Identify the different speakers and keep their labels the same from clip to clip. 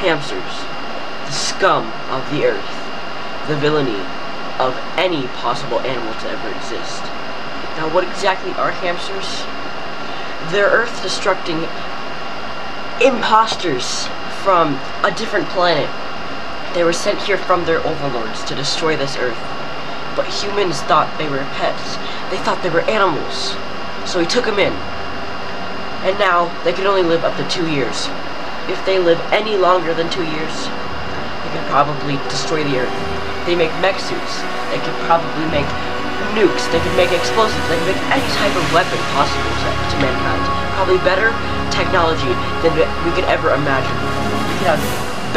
Speaker 1: hamsters, the scum of the earth, the villainy of any possible animal to ever exist. Now, what exactly are hamsters? They're earth destructing imposters from a different planet. They were sent here from their overlords to destroy this earth. But humans thought they were pets. They thought they were animals. So he took them in. And now they can only live up to two years. If they live any longer than two years, they could probably destroy the earth. They make mech suits. They could probably make nukes. They could make explosives. They could make any type of weapon possible to, to mankind. Probably better technology than we could ever imagine. We could have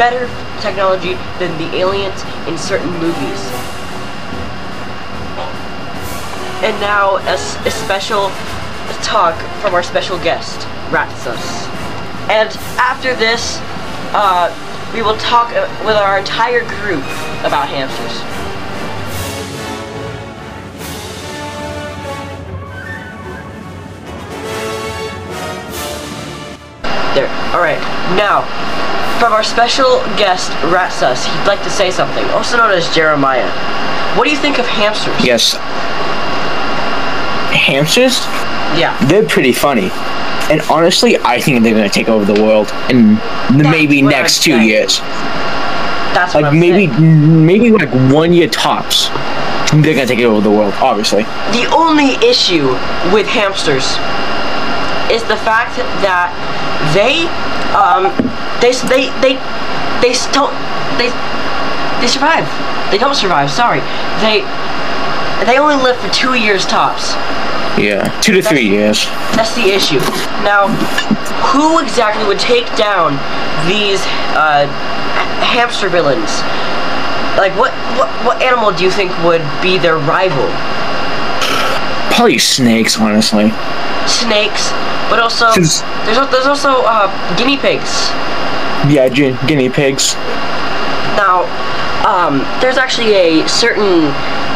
Speaker 1: better technology than the aliens in certain movies. And now, a, s- a special talk from our special guest, Ratsus. And after this, uh, we will talk uh, with our entire group about hamsters. There. Alright. Now, from our special guest, Ratsus, he'd like to say something, also known as Jeremiah. What do you think of hamsters?
Speaker 2: Yes. Hamsters?
Speaker 1: Yeah.
Speaker 2: They're pretty funny. And honestly, I think they're gonna take over the world in the maybe
Speaker 1: what
Speaker 2: next
Speaker 1: I'm
Speaker 2: two
Speaker 1: saying.
Speaker 2: years.
Speaker 1: That's what
Speaker 2: Like
Speaker 1: I'm
Speaker 2: maybe
Speaker 1: saying.
Speaker 2: maybe like one year tops. They're gonna take over the world, obviously.
Speaker 1: The only issue with hamsters is the fact that they, um, they, they, they, they s- don't, they, they survive. They don't survive. Sorry, they, they only live for two years tops.
Speaker 2: Yeah. Two to three years.
Speaker 1: That's the issue. Now, who exactly would take down these uh, h- hamster villains? Like, what, what, what animal do you think would be their rival?
Speaker 2: Probably snakes, honestly.
Speaker 1: Snakes, but also
Speaker 2: Since-
Speaker 1: there's al- there's also uh, guinea pigs.
Speaker 2: Yeah, gu- guinea pigs.
Speaker 1: Now, um, there's actually a certain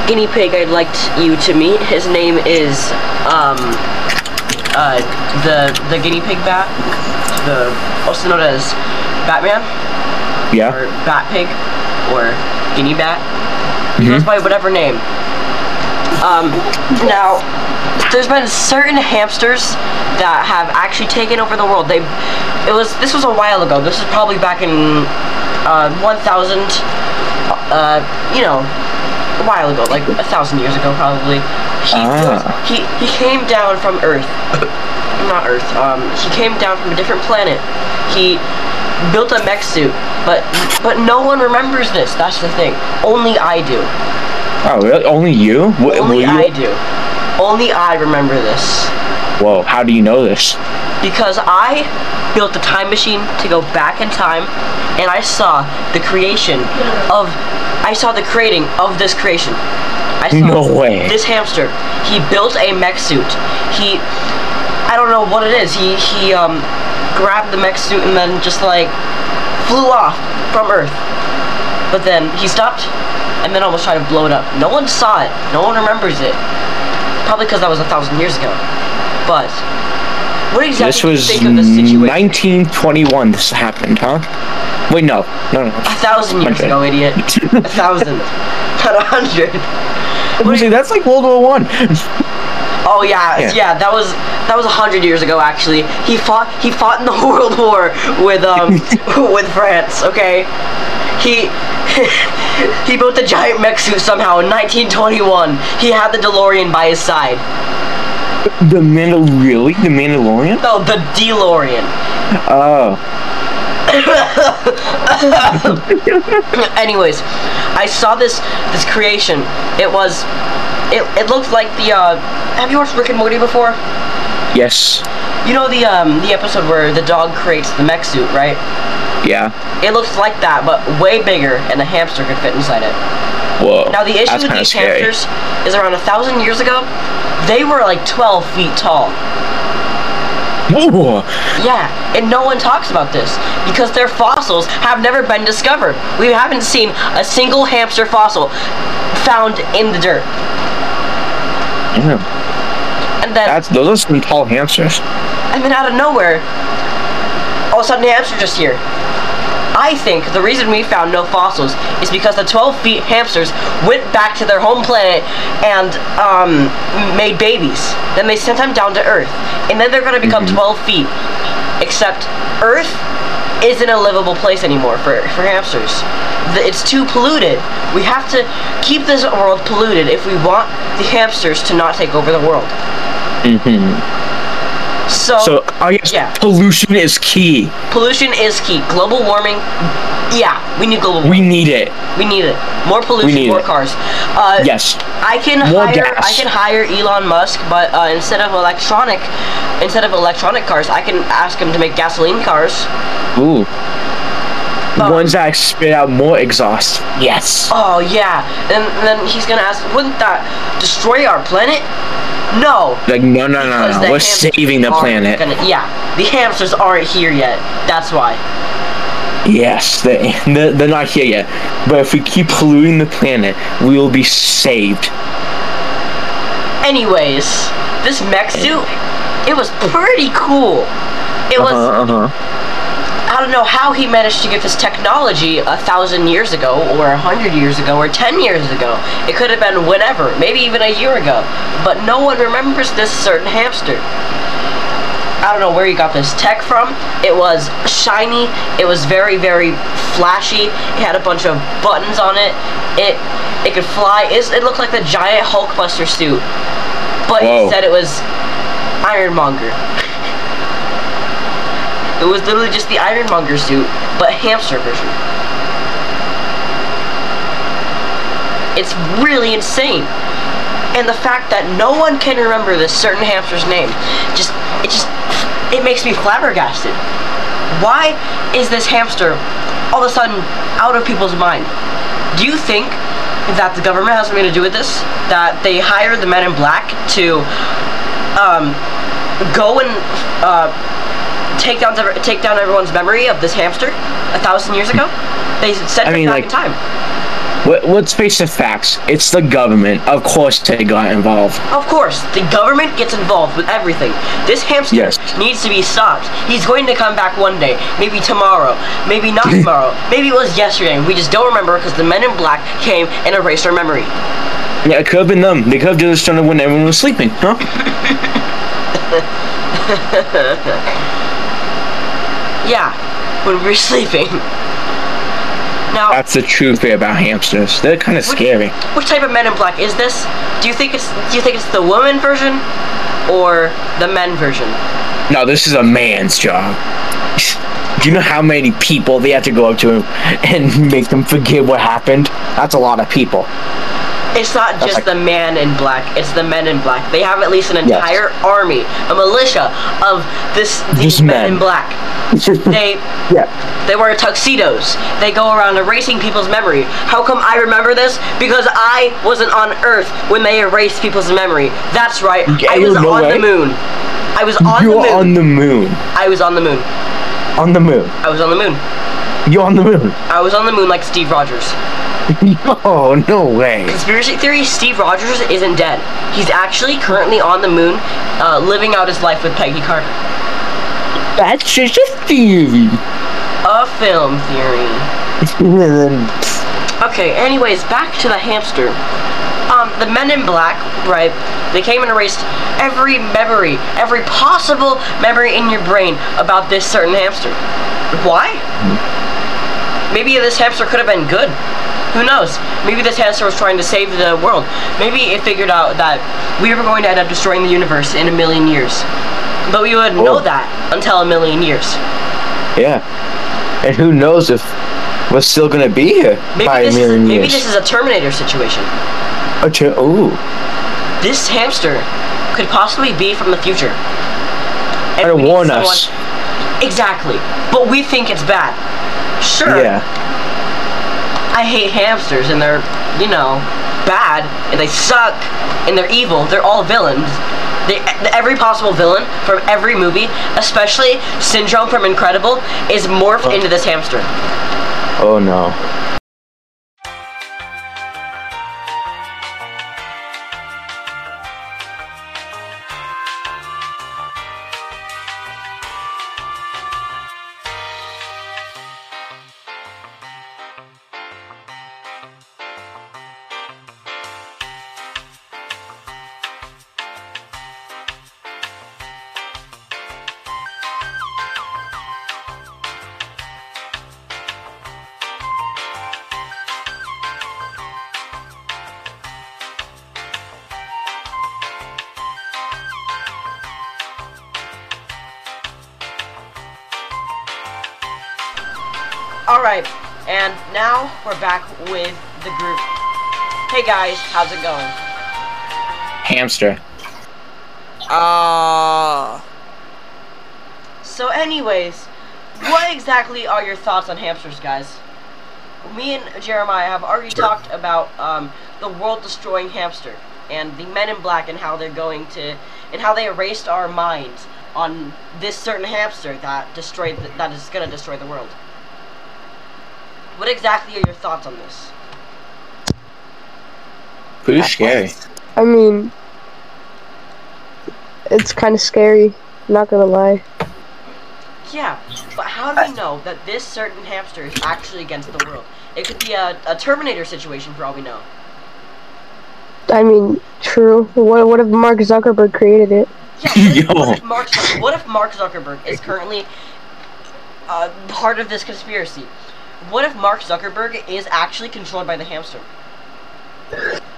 Speaker 1: guinea pig I'd like t- you to meet. His name is um, uh, the the guinea pig bat, the also known as Batman. or
Speaker 2: Yeah.
Speaker 1: bat pig or guinea bat. He goes by whatever name. Um, now, there's been certain hamsters that have actually taken over the world. They, it was this was a while ago. This is probably back in uh, 1,000, uh, you know, a while ago, like a thousand years ago, probably. He,
Speaker 2: Ah.
Speaker 1: he he came down from Earth not Earth. Um, he came down from a different planet. He built a mech suit, but but no one remembers this. That's the thing. Only I do.
Speaker 2: Oh really? Only you? Wh- were
Speaker 1: Only
Speaker 2: you?
Speaker 1: I do. Only I remember this
Speaker 2: Whoa, how do you know this?
Speaker 1: because I built a time machine to go back in time, and I saw the creation of. I saw the creating of this creation. I saw
Speaker 2: No way.
Speaker 1: This hamster. He built a mech suit. He. I don't know what it is. He he um grabbed the mech suit and then just like flew off from Earth. But then he stopped and then almost tried to blow it up. No one saw it. No one remembers it. Probably because that was a thousand years ago. But what exactly
Speaker 2: This
Speaker 1: do you
Speaker 2: was
Speaker 1: think of the situation?
Speaker 2: 1921. This happened, huh? Wait, no, no, no.
Speaker 1: A thousand years
Speaker 2: Hundred.
Speaker 1: ago, idiot. A thousand. Not a hundred.
Speaker 2: See, that's like World War One.
Speaker 1: Oh yeah, yeah,
Speaker 2: Yeah.
Speaker 1: That was that was a hundred years ago. Actually, he fought he fought in the World War with um with France. Okay, he he built a giant mech suit somehow in 1921. He had the DeLorean by his side.
Speaker 2: The Mandal really? The Mandalorian?
Speaker 1: No, the DeLorean.
Speaker 2: Oh,
Speaker 1: Anyways, I saw this this creation. It was it it looked like the uh. Have you watched Rick and Morty before?
Speaker 2: yes.
Speaker 1: You know the um the episode where the dog creates the mech suit, right?
Speaker 2: Yeah.
Speaker 1: It looks like that, but way bigger, and a hamster could fit inside it.
Speaker 2: Whoa.
Speaker 1: Now, the issue
Speaker 2: that's
Speaker 1: with
Speaker 2: kinda
Speaker 1: these
Speaker 2: scary.
Speaker 1: hamsters is around a thousand years ago, they were like 12 feet tall.
Speaker 2: Whoa.
Speaker 1: Yeah, and no one talks about this because their fossils have never been discovered. We haven't seen a single hamster fossil found in the dirt.
Speaker 2: Yeah.
Speaker 1: And then,
Speaker 2: That's those are some tall hamsters.
Speaker 1: and then out of nowhere, all of a sudden, the hamster just here. I think the reason we found no fossils is because the 12 feet hamsters went back to their home planet and um, made babies. Then they sent them down to Earth. And then they're going to become 12 feet. Except Earth isn't a livable place anymore for, for hamsters. The- It's too polluted. We have to keep this world polluted if we want the hamsters to not take over the world.
Speaker 2: hmm So I guess
Speaker 1: Oh. yeah.
Speaker 2: pollution is key.
Speaker 1: Pollution is key. Global warming. Yeah, we need global.
Speaker 2: We need it.
Speaker 1: We need it. More pollution,
Speaker 2: need
Speaker 1: more
Speaker 2: it.
Speaker 1: cars. Uh,
Speaker 2: Yes.
Speaker 1: I can
Speaker 2: More
Speaker 1: hire.
Speaker 2: gas.
Speaker 1: I can hire Elon Musk, but uh, instead of electronic, instead of electronic cars, I can ask him to make gasoline cars.
Speaker 2: Ooh.
Speaker 1: Um,
Speaker 2: Ones that spit out more exhaust. Yes.
Speaker 1: Oh yeah, and, then he's gonna ask, wouldn't that destroy our planet? No.
Speaker 2: Like no, no, no,
Speaker 1: because
Speaker 2: no.
Speaker 1: the
Speaker 2: Uh, We're
Speaker 1: hamsters
Speaker 2: saving the
Speaker 1: aren't
Speaker 2: planet.
Speaker 1: gonna- yeah, the hamsters aren't here yet. That's why.
Speaker 2: Yes, they they're, they're not here yet. But if we keep polluting the planet, we will be saved.
Speaker 1: Anyways, this mech suit, it was pretty cool. It was.
Speaker 2: Uh huh.
Speaker 1: I don't know how he managed to get this technology a thousand years ago, or a hundred years ago, or ten years ago. It could have been whenever, maybe even a year ago. But no one remembers this certain hamster. I don't know where he got this tech from. It was shiny. It was very, very flashy. It had a bunch of buttons on it. It it could fly. It's, it looked like the giant Hulkbuster suit, but
Speaker 2: Whoa.
Speaker 1: instead it was Ironmonger. It was literally just the Ironmonger suit, but hamster version. It's really insane. And the fact that no one can remember this certain hamster's name, just it just it makes me flabbergasted. Why is this hamster all of a sudden out of people's mind? Do you think that the government has something to do with this? That they hired the men in black to um, go and uh, take down every- take down everyone's memory of this hamster a thousand years ago? They sent
Speaker 2: I
Speaker 1: it
Speaker 2: mean,
Speaker 1: back
Speaker 2: like-
Speaker 1: in time.
Speaker 2: Let, let's face the facts. It's the government. Of course, they got involved.
Speaker 1: Of course, the government gets involved with everything. This hamster
Speaker 2: Yes.
Speaker 1: needs to be stopped. He's going to come back one day, maybe tomorrow, maybe not tomorrow, maybe it was yesterday. and We just don't remember because the men in black came and erased our memory.
Speaker 2: Yeah, it could have been them. They could have just done it when everyone was sleeping, huh?
Speaker 1: Yeah, when we were sleeping. Now,
Speaker 2: That's the truth about hamsters. They're kind of
Speaker 1: What-
Speaker 2: scary.
Speaker 1: which type of men in black is this? Do you think it's do you think it's the woman version or the men version?
Speaker 2: No, this is a man's job. Do you know how many people they have to go up to and make them forget what happened? That's a lot of people.
Speaker 1: It's not just
Speaker 2: like-
Speaker 1: the man in black, it's the men in black. They have at least an
Speaker 2: Yes.
Speaker 1: entire army, a militia of this these
Speaker 2: Just
Speaker 1: men,
Speaker 2: men. Hmm.
Speaker 1: in black. They
Speaker 2: yeah.
Speaker 1: they wear tuxedos. They go around erasing people's memory. How come I remember this? Because I wasn't on Earth when they erased people's memory. That's right.
Speaker 2: Yeah,
Speaker 1: I was
Speaker 2: no
Speaker 1: on
Speaker 2: way.
Speaker 1: the moon. I was on
Speaker 2: You're
Speaker 1: the moon.
Speaker 2: on the moon.
Speaker 1: I was on the moon.
Speaker 2: On the moon.
Speaker 1: I was on the moon.
Speaker 2: You're on the moon.
Speaker 1: I was on the moon like Steve Rogers.
Speaker 2: No, no way.
Speaker 1: Conspiracy theory: Steve Rogers isn't dead. He's actually currently on the moon, uh, living out his life with Peggy Carter.
Speaker 2: That's just a theory.
Speaker 1: A film theory.
Speaker 2: yeah.
Speaker 1: Okay. Anyways, back to the hamster. Um, the Men in Black, right? They came and erased every memory, every possible memory in your brain about this certain hamster. Why? Maybe this hamster could have been good. Who knows? Maybe this hamster was trying to save the world. Maybe it figured out that we were going to end up destroying the universe in a million years. But we wouldn't
Speaker 2: Oh.
Speaker 1: know that until a million years.
Speaker 2: And who knows if we're still gonna be here
Speaker 1: Maybe,
Speaker 2: by a
Speaker 1: this, is,
Speaker 2: million
Speaker 1: maybe
Speaker 2: years?
Speaker 1: this is a Terminator situation.
Speaker 2: A Oh, ch- ooh.
Speaker 1: This hamster could possibly be from the future. And
Speaker 2: Better
Speaker 1: we need
Speaker 2: warn
Speaker 1: someone-
Speaker 2: us.
Speaker 1: Exactly. But we think it's bad. Sure.
Speaker 2: Yeah.
Speaker 1: I hate hamsters and they're, you know, bad and they suck and they're evil. They're all villains. They, every possible villain from every movie, especially Syndrome from Incredible, is morphed into this hamster.
Speaker 2: Oh no.
Speaker 1: Alright, and now we're back with the group. Hey guys, how's it going?
Speaker 2: Hamster.
Speaker 3: Uh,
Speaker 1: So, anyways, what exactly are your thoughts on hamsters, guys? Me and Jeremiah have already talked about um, the world-destroying hamster and the Men in Black and how they're going to and how they erased our minds on this certain hamster that destroyed the, that is going to destroy the world. What exactly are your thoughts on this?
Speaker 2: Pretty scary.
Speaker 4: I mean, it's kind of scary. Not gonna lie.
Speaker 1: Yeah, but how do we know that this certain hamster is actually against the world? It could be a, a Terminator situation for all we know.
Speaker 4: I mean, true. What, what if Mark Zuckerberg created it?
Speaker 1: Yeah, what if, what
Speaker 2: Yo.
Speaker 1: if Mark Zuck- what if Mark Zuckerberg is currently uh, part of this conspiracy? What if Mark Zuckerberg is actually controlled by the hamster?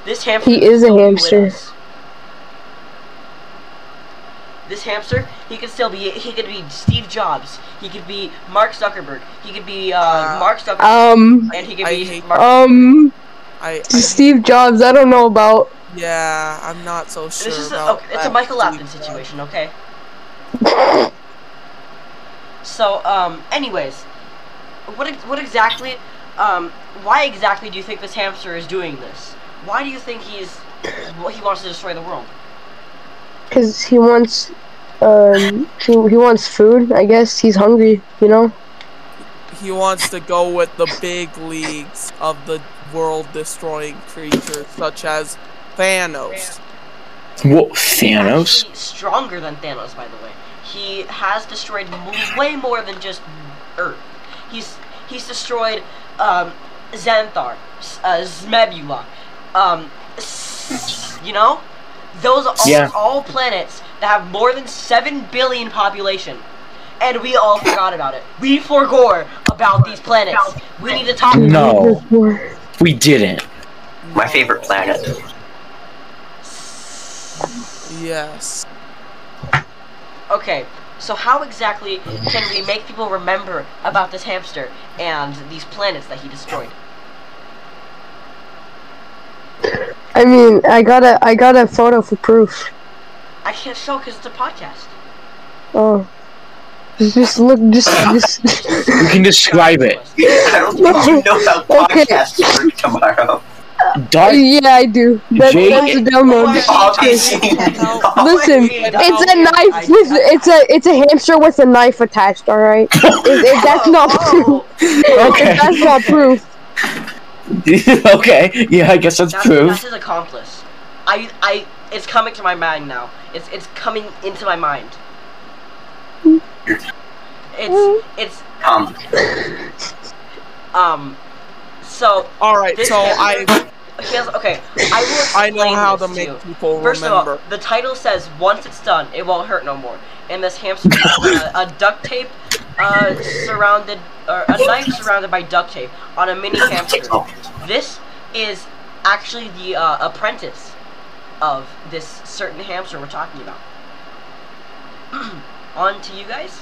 Speaker 1: This hamster
Speaker 4: He
Speaker 1: could
Speaker 4: is a
Speaker 1: still be
Speaker 4: hamster.
Speaker 1: with us. This hamster, he could still be he could be Steve Jobs, he could be Mark Zuckerberg, he could be uh,
Speaker 3: Uh,
Speaker 1: Mark Zuckerberg,
Speaker 4: Um,
Speaker 1: and he could
Speaker 3: I
Speaker 1: be
Speaker 3: hate-
Speaker 1: Mark.
Speaker 4: um,
Speaker 3: I, I
Speaker 4: Steve Jobs. I don't know about.
Speaker 3: yeah, I'm not so sure
Speaker 1: This is a,
Speaker 3: about
Speaker 1: okay, it's a
Speaker 3: that
Speaker 1: Michael Apton
Speaker 3: Steve Jobs.
Speaker 1: situation, okay? so, um, anyways, what ex- what exactly, um, why exactly do you think this hamster is doing this? Why do you think he's wh- he wants to destroy the world?
Speaker 4: Cause he wants, um, he, he wants food. I guess he's hungry. You know.
Speaker 3: He wants to go with the big leagues of the world-destroying creatures, such as Thanos.
Speaker 2: What? Thanos?
Speaker 1: Actually, stronger than Thanos, by the way. He has destroyed m- way more than just Earth. He's he's destroyed um, Xanthar, S- uh, Zmebula, um, S- you know, those are all,
Speaker 2: Yeah.
Speaker 1: all planets that have more than seven billion population, and we all forgot about it. We forgot about these planets. We need to talk.
Speaker 2: No, we didn't.
Speaker 5: My favorite planet.
Speaker 3: Yes.
Speaker 1: Okay, so how exactly can we make people remember about this hamster and these planets that he destroyed?
Speaker 4: I mean, I got a I got a photo for proof.
Speaker 1: I can't show because it's a podcast.
Speaker 4: Oh, just, just look, just just.
Speaker 2: We can describe it.
Speaker 5: I don't think you know how
Speaker 4: Okay.
Speaker 5: podcasts work tomorrow.
Speaker 2: Dark.
Speaker 4: yeah, I do. That,
Speaker 2: Jake-
Speaker 4: that's a download.
Speaker 1: Oh,
Speaker 5: Obviously.
Speaker 4: Listen, It's a knife. Listen, it's a it's a hamster with a knife attached. All right, If- if that's not
Speaker 1: Oh,
Speaker 4: proof.
Speaker 2: Okay.
Speaker 4: If that's not proof.
Speaker 2: okay. Yeah, I guess that's
Speaker 1: That's, that's
Speaker 2: proof.
Speaker 1: his accomplice. I, I, it's coming to my mind now. It's, it's coming into my mind. It's, it's,
Speaker 5: Um,
Speaker 1: um, so
Speaker 3: All right,
Speaker 1: this
Speaker 3: so I
Speaker 1: hamster- he has- okay. I will
Speaker 3: I know
Speaker 1: explain
Speaker 3: how
Speaker 1: this
Speaker 3: to
Speaker 1: to
Speaker 3: make
Speaker 1: you.
Speaker 3: people
Speaker 1: First
Speaker 3: remember.
Speaker 1: of all, the title says once it's done, it won't hurt no more. And this hamster has a, a duct tape uh, surrounded, or a knife surrounded by duct tape on a mini hamster. This is actually the uh, apprentice of this certain hamster we're talking about. on to you guys.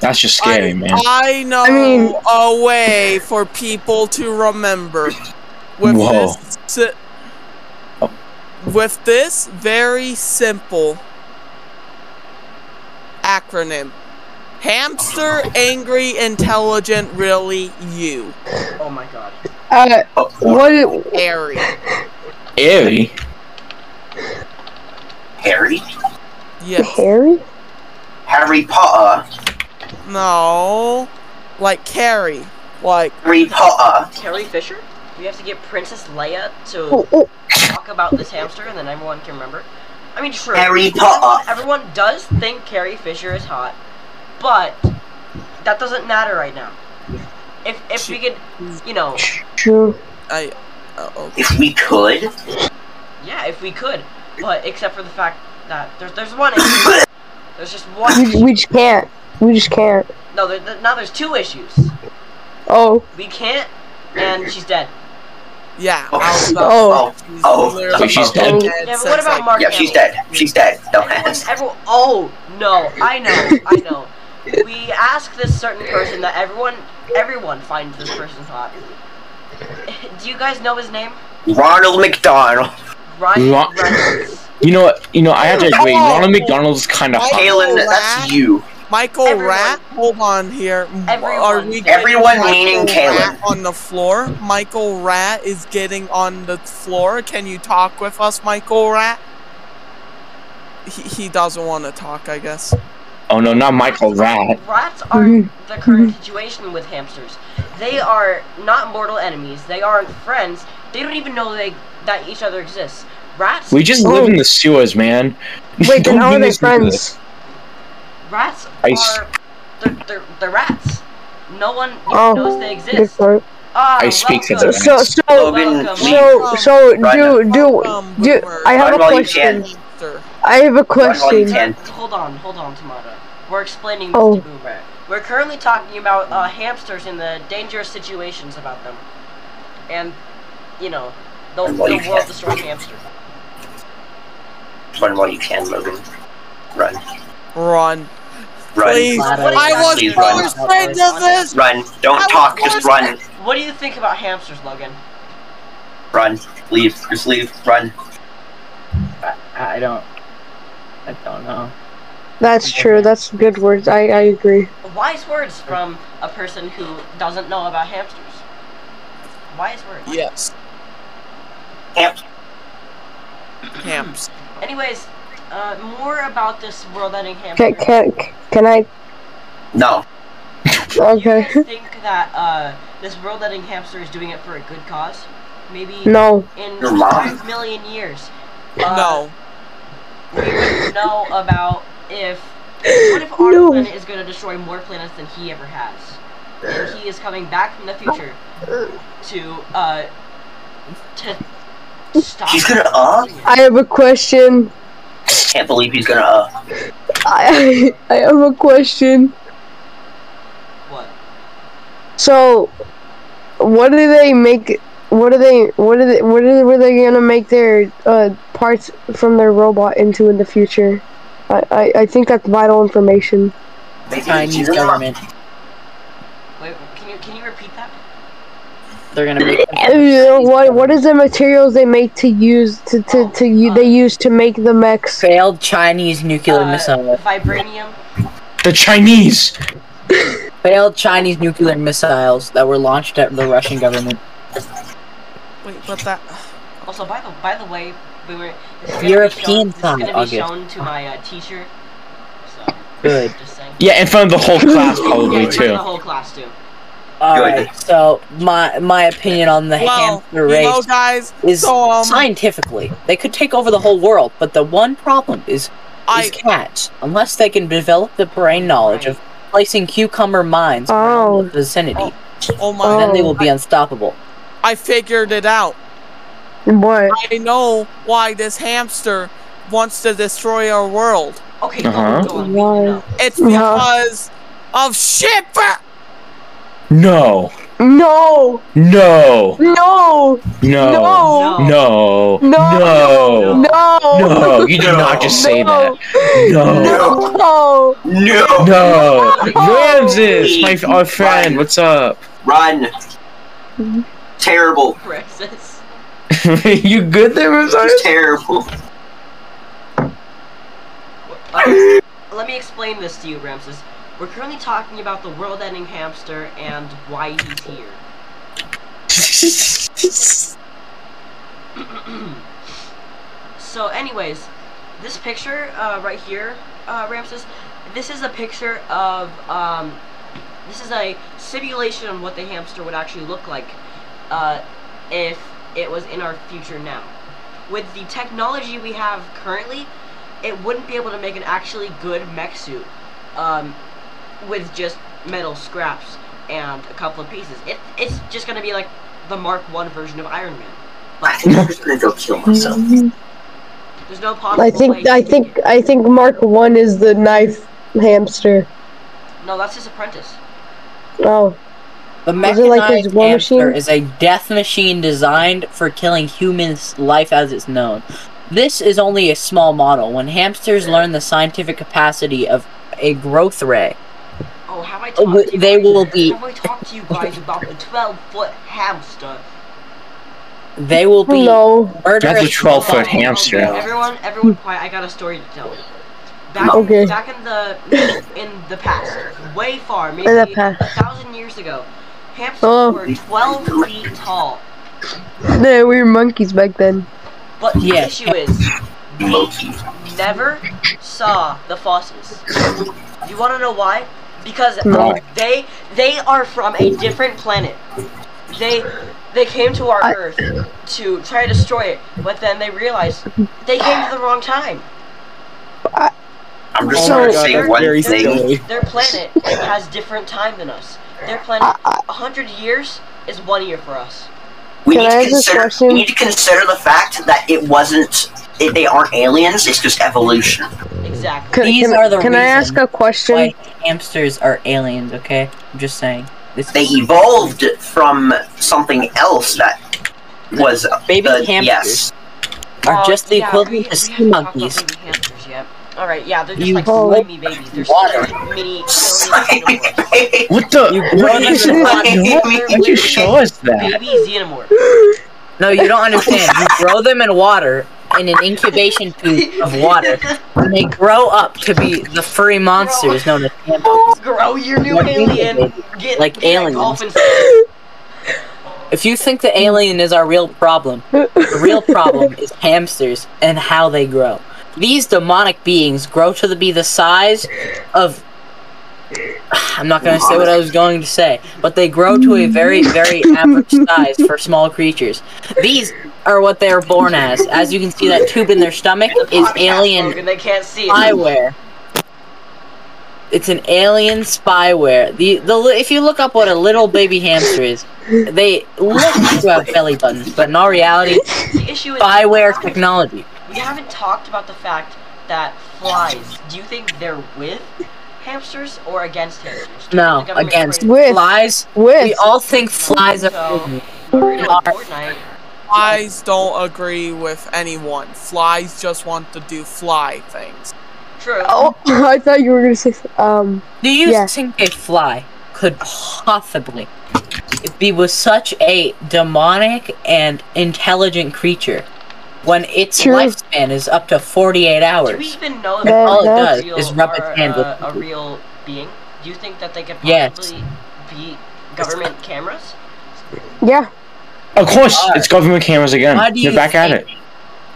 Speaker 2: That's just scary,
Speaker 3: I,
Speaker 2: man.
Speaker 3: I know
Speaker 4: I mean-
Speaker 3: a way for people to remember. With
Speaker 2: Whoa. Oh.
Speaker 3: this, si- with this very simple acronym, hamster, angry, intelligent, really you,
Speaker 1: Oh my god.
Speaker 4: Uh,
Speaker 5: oh,
Speaker 4: what?
Speaker 3: Harry.
Speaker 2: Airy.
Speaker 5: Harry?
Speaker 3: Yes.
Speaker 4: Harry?
Speaker 5: Harry Potter.
Speaker 3: No. Like Carrie. Like
Speaker 5: Harry Potter.
Speaker 1: Carrie Fisher? We have to get Princess Leia to
Speaker 4: Oh, oh,
Speaker 1: talk about this hamster and then everyone can remember? I mean, true.
Speaker 5: Harry Potter.
Speaker 1: Everyone does think Carrie Fisher is hot, but that doesn't matter right now. If if we could, you know,
Speaker 4: true.
Speaker 3: I. Uh, okay.
Speaker 5: If we could.
Speaker 1: yeah, if we could, but except for the fact that there's there's one issue. There's just one.
Speaker 4: We, we just can't. We just can't.
Speaker 1: No, there, there- now there's two issues.
Speaker 4: Oh,
Speaker 1: We can't, and she's dead.
Speaker 3: Yeah.
Speaker 5: Oh.
Speaker 3: I was about-
Speaker 4: oh.
Speaker 5: Oh, oh,
Speaker 3: literally
Speaker 5: Wait,
Speaker 2: she's dead?
Speaker 1: Yeah, but
Speaker 3: since,
Speaker 1: what about
Speaker 3: like,
Speaker 1: Mark?
Speaker 5: yeah, she's
Speaker 1: Hamill?
Speaker 5: dead. She's dead. Don't
Speaker 1: Everyone,
Speaker 5: ask.
Speaker 1: everyone. Oh no, I know, I know. we ask this certain person that everyone everyone finds this person hot. Do you guys know his name?
Speaker 5: Ronald McDonald.
Speaker 1: Ryan
Speaker 2: Ro-
Speaker 1: Reynolds.
Speaker 2: You know what? You know, I have to agree. Ronald McDonald's kind of hot.
Speaker 5: Kalen,
Speaker 3: Rat.
Speaker 5: that's you.
Speaker 3: Michael
Speaker 1: Everyone.
Speaker 3: Rat, hold on here.
Speaker 1: Everyone.
Speaker 3: Are we getting
Speaker 5: Everyone
Speaker 3: Michael
Speaker 5: meaning
Speaker 3: Rat
Speaker 5: Caleb.
Speaker 3: on the floor? Michael Rat is getting on the floor. Can you talk with us, Michael Rat? He, he doesn't want to talk, I guess.
Speaker 2: Oh no, not Michael Rat.
Speaker 1: Rats are
Speaker 4: Mhm.
Speaker 1: the current situation with hamsters. They are not mortal enemies. They aren't friends. They don't even know they that each other exists. Rats.
Speaker 2: We just live in the sewers, man.
Speaker 4: Wait, then
Speaker 2: Don't
Speaker 4: how are
Speaker 2: do
Speaker 4: they
Speaker 2: this to us.
Speaker 4: friends?
Speaker 1: Rats
Speaker 2: Ice.
Speaker 1: are. They're, they're, they're rats. No one
Speaker 4: Oh,
Speaker 1: knows they
Speaker 4: Good
Speaker 1: exist.
Speaker 4: for it.
Speaker 1: Ah,
Speaker 2: I speak to
Speaker 1: welcome.
Speaker 2: them.
Speaker 4: So, so,
Speaker 5: Logan,
Speaker 1: Welcome.
Speaker 4: so, so,
Speaker 5: Right
Speaker 4: do, do,
Speaker 3: Welcome,
Speaker 4: do.
Speaker 3: Boomer.
Speaker 4: I have a
Speaker 5: Run while you
Speaker 4: question.
Speaker 5: can.
Speaker 3: Sir,
Speaker 4: I have a question.
Speaker 5: Ten.
Speaker 1: Hold on, hold on, Tamara. We're explaining this
Speaker 4: Oh.
Speaker 1: to Boomer. We're currently talking about uh, hamsters and the dangerous situations about them, and you know, the,
Speaker 5: Run
Speaker 1: the
Speaker 5: while you
Speaker 1: world
Speaker 5: can.
Speaker 1: destroying hamster.
Speaker 5: Run while you can, Logan. Run.
Speaker 3: Run.
Speaker 5: Run.
Speaker 3: Please.
Speaker 1: What
Speaker 3: I was
Speaker 1: do you
Speaker 5: Please
Speaker 1: think
Speaker 5: run.
Speaker 3: first
Speaker 1: about
Speaker 3: friend of this.
Speaker 5: Run. Don't
Speaker 3: I
Speaker 5: talk,
Speaker 3: was
Speaker 5: just
Speaker 3: born-
Speaker 5: run.
Speaker 1: What do you think about hamsters, Logan?
Speaker 5: Run. Leave. Just leave. Run.
Speaker 6: I, I don't. I don't know.
Speaker 4: That's true. That's good words. I, I agree.
Speaker 1: Wise words from a person who doesn't know about hamsters. Wise words.
Speaker 3: Yes.
Speaker 5: Yep.
Speaker 3: Camps.
Speaker 1: Anyways, uh, more about this world-ending hamster.
Speaker 4: Can, can, can I?
Speaker 5: No.
Speaker 4: Okay.
Speaker 1: Do you guys think that uh, this world-ending hamster is doing it for a good cause? Maybe
Speaker 4: No.
Speaker 1: in
Speaker 5: You're lying.
Speaker 1: five million years, uh,
Speaker 3: No.
Speaker 1: we would know about if what if our
Speaker 4: No.
Speaker 1: planet is going to destroy more planets than he ever has, and he is coming back from the future to uh to stop.
Speaker 5: He's gonna,
Speaker 1: him from
Speaker 5: uh,
Speaker 1: doing it.
Speaker 4: I have a question.
Speaker 5: Can't believe he's gonna, uh.
Speaker 4: I, I have a question.
Speaker 1: what?
Speaker 4: So, what do they make? What do they? What do they? What are, were they gonna make their uh, parts from their robot into in the future? I, I, I think that's vital information.
Speaker 5: they did
Speaker 6: Chinese
Speaker 5: it.
Speaker 6: government.
Speaker 1: Wait, can you can you repeat that?
Speaker 6: They're gonna make.
Speaker 4: Uh, What what is the materials they make to use to to, to u- they use to make the mechs?
Speaker 6: failed Chinese nuclear
Speaker 1: Uh,
Speaker 6: missile?
Speaker 1: Vibranium.
Speaker 2: The Chinese.
Speaker 6: Failed Chinese nuclear missiles that were launched at the Russian government.
Speaker 3: Wait, but that.
Speaker 1: Also, by the by the way, Boomer, this is gonna
Speaker 6: European
Speaker 1: be shown, this is
Speaker 6: time,
Speaker 1: gonna be
Speaker 6: August.
Speaker 1: shown to my uh, teacher. So
Speaker 6: Good.
Speaker 1: just saying.
Speaker 2: Yeah, in front of the whole class
Speaker 1: Yeah,
Speaker 2: probably
Speaker 1: in front of
Speaker 2: too.
Speaker 1: the whole class too.
Speaker 6: All right. So my my opinion on the
Speaker 3: Well,
Speaker 6: hamster
Speaker 3: you
Speaker 6: race
Speaker 3: know, guys,
Speaker 6: is
Speaker 3: so, um,
Speaker 6: scientifically they could take over the whole world, but the one problem is
Speaker 3: I
Speaker 6: is cats. Unless they can develop the brain knowledge of placing cucumber mines
Speaker 4: Oh.
Speaker 6: around the vicinity,
Speaker 3: oh my,
Speaker 4: Oh.
Speaker 6: then they will be unstoppable.
Speaker 3: Oh. I figured it out.
Speaker 4: What?
Speaker 3: I know why this hamster wants to destroy our world.
Speaker 1: Okay, go
Speaker 2: Uh-huh.
Speaker 1: on, go on. we need to know.
Speaker 3: It's
Speaker 4: No.
Speaker 3: because of shit.
Speaker 2: No.
Speaker 4: No!
Speaker 2: No.
Speaker 4: No!
Speaker 2: No.
Speaker 4: No!
Speaker 2: No.
Speaker 4: No.
Speaker 2: No. No. You did not just say that.
Speaker 4: No.
Speaker 2: No.
Speaker 5: No.
Speaker 4: No!
Speaker 5: No.
Speaker 2: No. Ramses, my our friend. What's up?
Speaker 5: Run.
Speaker 4: Mm-hmm.
Speaker 5: Terrible.
Speaker 1: Crisis.
Speaker 2: you good there, Ramses?
Speaker 5: It's terrible.
Speaker 1: Uh, let me explain this to you, Ramses. We're currently talking about the world-ending hamster and why he's here. so, anyways, this picture uh, right here, uh, Ramses, this is a picture of um, this is a simulation of what the hamster would actually look like uh, if it was in our future now. With the technology we have currently, it wouldn't be able to make an actually good mech suit um, with just metal scraps and a couple of pieces. It, it's just gonna be like the Mark One version of Iron Man.
Speaker 5: I think I'm just gonna go kill myself.
Speaker 1: There's no possible
Speaker 4: I
Speaker 1: way
Speaker 4: think
Speaker 1: to
Speaker 4: I
Speaker 1: make
Speaker 4: think
Speaker 1: it.
Speaker 4: I think Mark One is the knife hamster.
Speaker 1: No, that's his apprentice.
Speaker 4: Oh,
Speaker 6: The
Speaker 4: Is it like his
Speaker 6: mechanized
Speaker 4: war
Speaker 6: hamster
Speaker 4: machine?
Speaker 6: is a death machine designed for killing humans' life as it's known. This is only a small model. When hamsters learn the scientific capacity of a growth ray,
Speaker 1: Oh, have I
Speaker 6: Uh,
Speaker 1: talked
Speaker 6: w-
Speaker 1: to you
Speaker 6: they
Speaker 1: guys-
Speaker 6: will be
Speaker 1: Have I talked to you guys about the 12 foot hamster?
Speaker 6: they will be
Speaker 4: No.
Speaker 6: murderous.
Speaker 2: That's a 12 foot
Speaker 1: Okay,
Speaker 2: hamster.
Speaker 1: okay, everyone, everyone, quiet. I got a story to tell. Back,
Speaker 4: Okay.
Speaker 1: back in the in the past, way far, maybe
Speaker 4: the past.
Speaker 1: a thousand years ago, hamsters
Speaker 4: Oh.
Speaker 1: were 12 feet tall.
Speaker 4: Yeah, we were monkeys back then.
Speaker 1: But the
Speaker 6: Yes.
Speaker 1: issue is,
Speaker 5: Loki.
Speaker 1: never saw the fossils. You want to know why? Because
Speaker 4: No.
Speaker 1: they they are from a different planet. They they came to our
Speaker 4: I-
Speaker 1: Earth to try to destroy it, but then they realized they came to the wrong time.
Speaker 5: I'm just
Speaker 4: So-
Speaker 5: gonna
Speaker 4: Oh God,
Speaker 5: say
Speaker 2: that's
Speaker 5: one
Speaker 2: very
Speaker 5: thing.
Speaker 2: silly.
Speaker 1: Their planet has different time than us. Their planet, a hundred years is one year for us.
Speaker 5: We
Speaker 4: Can
Speaker 5: need
Speaker 4: I
Speaker 5: to
Speaker 4: ask this
Speaker 5: consider.
Speaker 4: question?
Speaker 5: We need to consider the fact that it wasn't. It, they aren't aliens. It's just evolution.
Speaker 1: Exactly.
Speaker 4: Can,
Speaker 6: These
Speaker 4: can,
Speaker 6: are the
Speaker 4: can I ask
Speaker 6: reason
Speaker 4: a question?
Speaker 6: Why hamsters are aliens? Okay, I'm just saying. This
Speaker 5: They evolved from something else that was uh,
Speaker 6: baby
Speaker 5: the
Speaker 6: hamsters
Speaker 5: yes.
Speaker 6: are
Speaker 4: Oh,
Speaker 1: Uh,
Speaker 6: just the
Speaker 1: yeah,
Speaker 6: equivalent
Speaker 1: we-
Speaker 6: of
Speaker 1: we
Speaker 6: sea
Speaker 1: haven't talked about
Speaker 6: monkeys.
Speaker 1: baby hamsters yet. All right, yeah, they're just
Speaker 6: You
Speaker 1: like
Speaker 6: hold
Speaker 1: slimy babies. They're
Speaker 5: water.
Speaker 1: just mini
Speaker 5: Slimy
Speaker 1: xenomorphs.
Speaker 5: baby.
Speaker 2: What the?
Speaker 6: You
Speaker 2: What
Speaker 6: grown
Speaker 2: is
Speaker 5: up
Speaker 2: what?
Speaker 5: and
Speaker 2: Why would you show us that?
Speaker 1: Baby xenomorph.
Speaker 6: No, you don't understand. you grow them in water in an incubation tube of water, and they grow up to be the furry monsters known as hamsters.
Speaker 1: Grow your new
Speaker 6: Like
Speaker 1: alien.
Speaker 6: aliens.
Speaker 1: Get
Speaker 6: Like
Speaker 1: get that golf instead.
Speaker 6: If you think the alien is our real problem, the real problem is hamsters and how they grow. These demonic beings grow to the, be the size of. I'm not going to say what I was going to say, but they grow to a very, very average size for small creatures. These are what they are born as. As you can see, that tube in their stomach is
Speaker 1: Podcast,
Speaker 6: alien
Speaker 1: Logan, they can't see it.
Speaker 6: spyware. It's an alien spyware. The the li- if you look up what a little baby hamster is, they look to have belly buttons, but in all reality,
Speaker 1: The issue is
Speaker 6: spyware technology.
Speaker 1: We haven't talked about the fact that flies. Do you think they're with hamsters or against hamsters? Do you
Speaker 6: No,
Speaker 1: think the government
Speaker 6: against.
Speaker 1: created-
Speaker 4: With-
Speaker 6: Flies.
Speaker 4: With
Speaker 6: We all think flies are.
Speaker 1: So, we're doing Fortnite.
Speaker 3: Flies don't agree with anyone. Flies just want to do fly things.
Speaker 1: True.
Speaker 4: oh, I thought you were gonna say um.
Speaker 6: Do you
Speaker 4: Yeah.
Speaker 6: think a fly could possibly be with such a demonic and intelligent creature when its
Speaker 4: True.
Speaker 6: lifespan is up to
Speaker 1: Do
Speaker 6: 48
Speaker 1: we
Speaker 6: hours?
Speaker 1: even know if all
Speaker 4: That-
Speaker 1: it
Speaker 4: All it
Speaker 6: does is rub its hand with
Speaker 1: uh, a real being? Do you think that they could
Speaker 6: Yes.
Speaker 1: possibly be government cameras?
Speaker 4: Yeah.
Speaker 2: Of course,
Speaker 6: Why?
Speaker 2: it's government cameras again.
Speaker 6: Why do
Speaker 2: They're
Speaker 6: you
Speaker 2: back at
Speaker 6: think-
Speaker 2: it.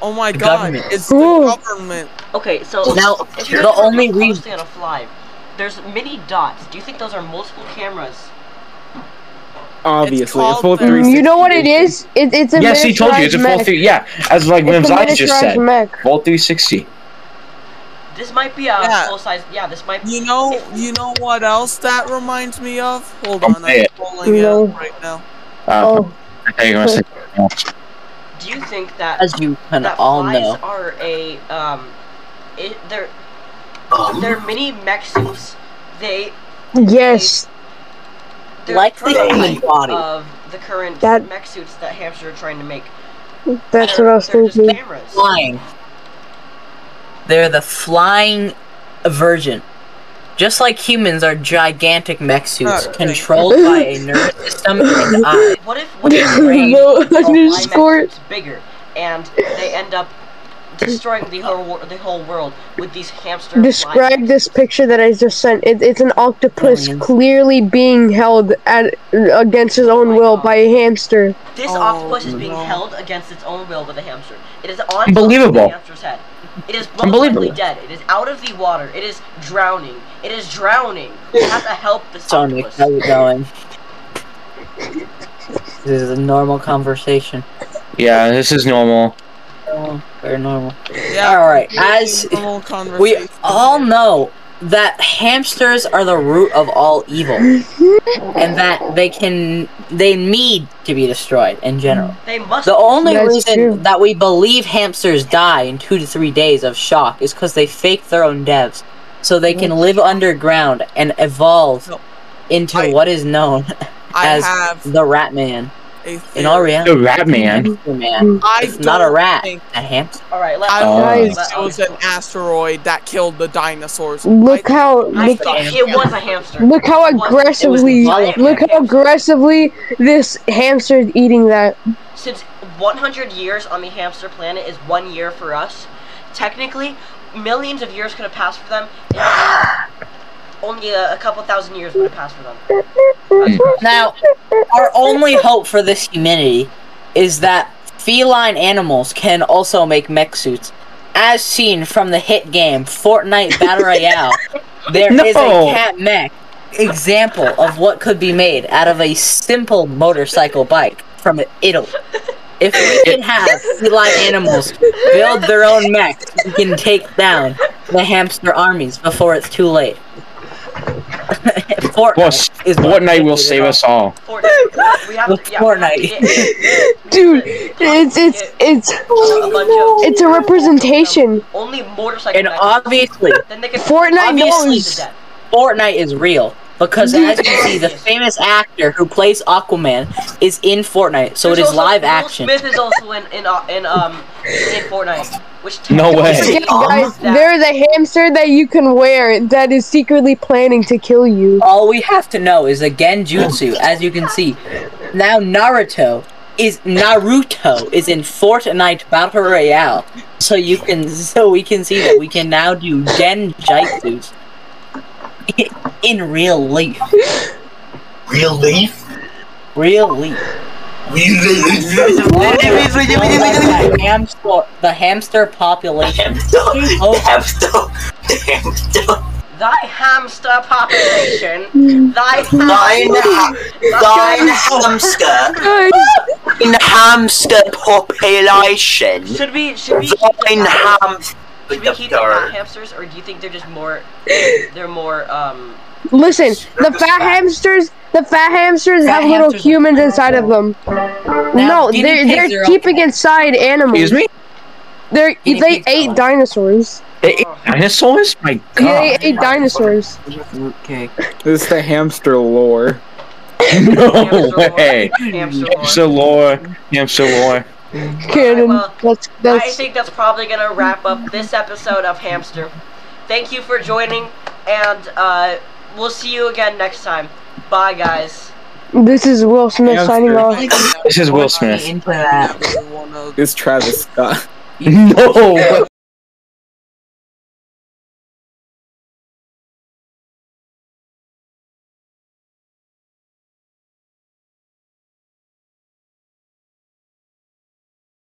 Speaker 3: Oh my
Speaker 6: The
Speaker 3: god,
Speaker 6: government.
Speaker 3: it's the
Speaker 4: Ooh.
Speaker 3: government.
Speaker 1: Okay, so
Speaker 6: Now,
Speaker 1: if you're
Speaker 6: the
Speaker 1: looking
Speaker 6: only
Speaker 1: closely
Speaker 6: reason-
Speaker 1: on a fly, there's many dots. Do you think those are multiple cameras?
Speaker 3: Obviously, it's full
Speaker 4: Mm, You know what it is? It, it's a
Speaker 2: Yes, he told you. It's a
Speaker 4: miniaturized
Speaker 2: full
Speaker 4: mech.
Speaker 2: three. Yeah, as like
Speaker 4: It's a
Speaker 2: Rimzai just
Speaker 4: miniaturized
Speaker 2: said,
Speaker 4: mech.
Speaker 2: full 360.
Speaker 1: This might be a
Speaker 3: Yeah.
Speaker 1: full size. Yeah, this might.
Speaker 3: You know, you know what else that reminds me of? Hold on,
Speaker 2: Say
Speaker 3: I'm
Speaker 2: it.
Speaker 3: pulling it
Speaker 4: No.
Speaker 3: up right now.
Speaker 2: Uh,
Speaker 4: Oh,
Speaker 2: I thought you were gonna say-
Speaker 1: Do you think that
Speaker 6: As you can
Speaker 1: that
Speaker 6: all
Speaker 1: flies
Speaker 6: know.
Speaker 1: are a um, it, they're
Speaker 5: Um,
Speaker 1: they're mini Mexus. They
Speaker 4: yes.
Speaker 1: they're
Speaker 6: like the
Speaker 1: prototype
Speaker 6: human body.
Speaker 3: Uh,
Speaker 1: of the current
Speaker 4: That-
Speaker 1: mech suits that hamsters are trying to make.
Speaker 4: That's
Speaker 1: They're-
Speaker 4: what I was
Speaker 1: they're just
Speaker 4: thinking.
Speaker 1: cameras.
Speaker 6: flying. They're the flying version. Just like humans are gigantic mech suits
Speaker 3: Oh, okay.
Speaker 6: controlled by a nervous system and eyes.
Speaker 1: What if what if they
Speaker 4: no
Speaker 6: Oh,
Speaker 1: all fly mech
Speaker 4: underscore.
Speaker 1: suits bigger and they end up destroying the whole wor- the whole world with these hamster? flying
Speaker 4: Describe this picture that I just sent. It, it's an octopus
Speaker 6: Aliens.
Speaker 4: clearly being held at against his
Speaker 6: Oh
Speaker 4: own
Speaker 1: my
Speaker 4: will
Speaker 1: God.
Speaker 4: by a hamster.
Speaker 1: This
Speaker 3: Oh,
Speaker 1: octopus is being
Speaker 3: no.
Speaker 1: held against its own will with a hamster. It is on
Speaker 2: Unbelievable.
Speaker 1: the hamster's head. It is most
Speaker 2: Unbelievable.
Speaker 1: likely dead. It is out of the water. It is drowning. It is drowning. We have to help this
Speaker 6: Sonic,
Speaker 1: octopus.
Speaker 6: how you going? This is a normal conversation.
Speaker 2: Yeah, this is normal.
Speaker 6: Oh, Very normal.
Speaker 3: Yeah.
Speaker 6: All right,
Speaker 3: completely
Speaker 6: as-
Speaker 3: normal
Speaker 6: We
Speaker 3: conversation.
Speaker 6: all know that hamsters are the root of all evil, and that they can they need to be destroyed in general.
Speaker 1: They must.
Speaker 6: The only
Speaker 4: That's
Speaker 6: reason
Speaker 4: true.
Speaker 6: that we believe hamsters die in two to three days of shock is because they fake their own deaths, so they can live underground and evolve
Speaker 3: No.
Speaker 6: into
Speaker 3: I-
Speaker 6: what is known
Speaker 3: I
Speaker 6: as
Speaker 3: have
Speaker 6: the Rat Man.
Speaker 3: a
Speaker 6: In all reality,
Speaker 2: The rat man.
Speaker 6: hamster man
Speaker 3: I
Speaker 6: is not a
Speaker 3: don't
Speaker 6: rat.
Speaker 3: think-
Speaker 6: A hamster.
Speaker 1: Alright, let's.
Speaker 3: I
Speaker 2: Oh.
Speaker 3: don't
Speaker 4: Guys.
Speaker 3: think it was an asteroid that killed the dinosaurs.
Speaker 4: Look how
Speaker 3: I
Speaker 4: look,
Speaker 3: thought-
Speaker 1: It was a hamster.
Speaker 4: look how
Speaker 1: It was-
Speaker 4: aggressively
Speaker 6: giant
Speaker 4: look how aggressively this hamster's eating that.
Speaker 1: Since 100 years on the hamster planet is one year for us, technically, millions of years could have passed for them. and Only a, a couple thousand years would have passed for them.
Speaker 6: Now, our only hope for this humanity is that feline animals can also make mech suits, as seen from the hit game Fortnite Battle Royale. There is
Speaker 2: No.
Speaker 6: a cat mech example of what could be made out of a simple motorcycle bike from Italy. If we can have feline animals build their own mech, we can take down the hamster armies before it's too late. Fortnite
Speaker 2: Well, s-
Speaker 6: is
Speaker 2: Fortnite will save us all.
Speaker 1: Fortnite. We have
Speaker 6: With
Speaker 1: to, yeah, we have to
Speaker 6: Fortnite.
Speaker 1: get-
Speaker 4: Dude, it's it's it's
Speaker 1: a bunch of-
Speaker 4: it's a representation.
Speaker 1: only motorcycle.
Speaker 6: And
Speaker 1: mechs.
Speaker 6: obviously,
Speaker 1: then they can
Speaker 4: Fortnite
Speaker 1: obviously
Speaker 4: knows.
Speaker 1: the death.
Speaker 6: Fortnite is real because, as you see, the famous actor who plays Aquaman is in Fortnite, so it
Speaker 1: There's
Speaker 6: is
Speaker 1: also-
Speaker 6: live
Speaker 1: Will
Speaker 6: action.
Speaker 1: Smith is also in in uh, in um in Fortnite, which
Speaker 2: No way.
Speaker 1: technically
Speaker 4: Skip,
Speaker 1: is
Speaker 4: guys,
Speaker 1: that.
Speaker 4: there's a hamster that you can wear that is secretly planning to kill you.
Speaker 6: All we have to know is again Jutsu, as you can see. Now Naruto is Naruto is in Fortnite Battle Royale, so you can so we can see that we can now do Gen Jutsus in real life.
Speaker 5: Really?
Speaker 6: Real life. the, hamster, the hamster population
Speaker 5: The hamster. The hamster.
Speaker 1: Thy hamster population. Thy
Speaker 5: Thine,
Speaker 1: hamster.
Speaker 5: ha- thine hamster.
Speaker 4: Guys,
Speaker 5: Thine hamster population.
Speaker 1: Should we should we keep
Speaker 5: Thine
Speaker 1: them-
Speaker 5: hamster.
Speaker 1: should we keep them not hamsters or do you think they're just more they're more um
Speaker 4: listen, the fat hamsters, the fat hamsters
Speaker 6: Fat
Speaker 4: have little
Speaker 6: hamsters are
Speaker 4: humans inside of them.
Speaker 6: Now,
Speaker 4: no,
Speaker 6: guinea
Speaker 4: they're
Speaker 6: pigs
Speaker 4: they're
Speaker 6: are
Speaker 4: keeping inside animals.
Speaker 2: Excuse me?
Speaker 4: They're,
Speaker 6: Guinea
Speaker 4: they
Speaker 6: pigs are
Speaker 4: ate
Speaker 6: like-
Speaker 4: dinosaurs.
Speaker 2: They ate dinosaurs? My
Speaker 4: Yeah,
Speaker 2: god.
Speaker 4: they ate dinosaurs.
Speaker 6: Okay.
Speaker 7: This is the hamster lore.
Speaker 2: No
Speaker 1: hamster
Speaker 2: way.
Speaker 1: lord, hamster lord?
Speaker 2: Hamster lore. Hamster lore.
Speaker 4: Canon.
Speaker 1: well,
Speaker 4: that's
Speaker 1: I
Speaker 4: that's
Speaker 1: think that's probably gonna wrap up this episode of Hamster. Thank you for joining, and uh, we'll see you again next time. Bye, guys.
Speaker 4: this is Will Smith
Speaker 7: Hamster.
Speaker 4: signing off.
Speaker 2: This is Will Smith.
Speaker 6: Into that.
Speaker 3: Everyone of
Speaker 7: It's Travis Scott.
Speaker 2: No way.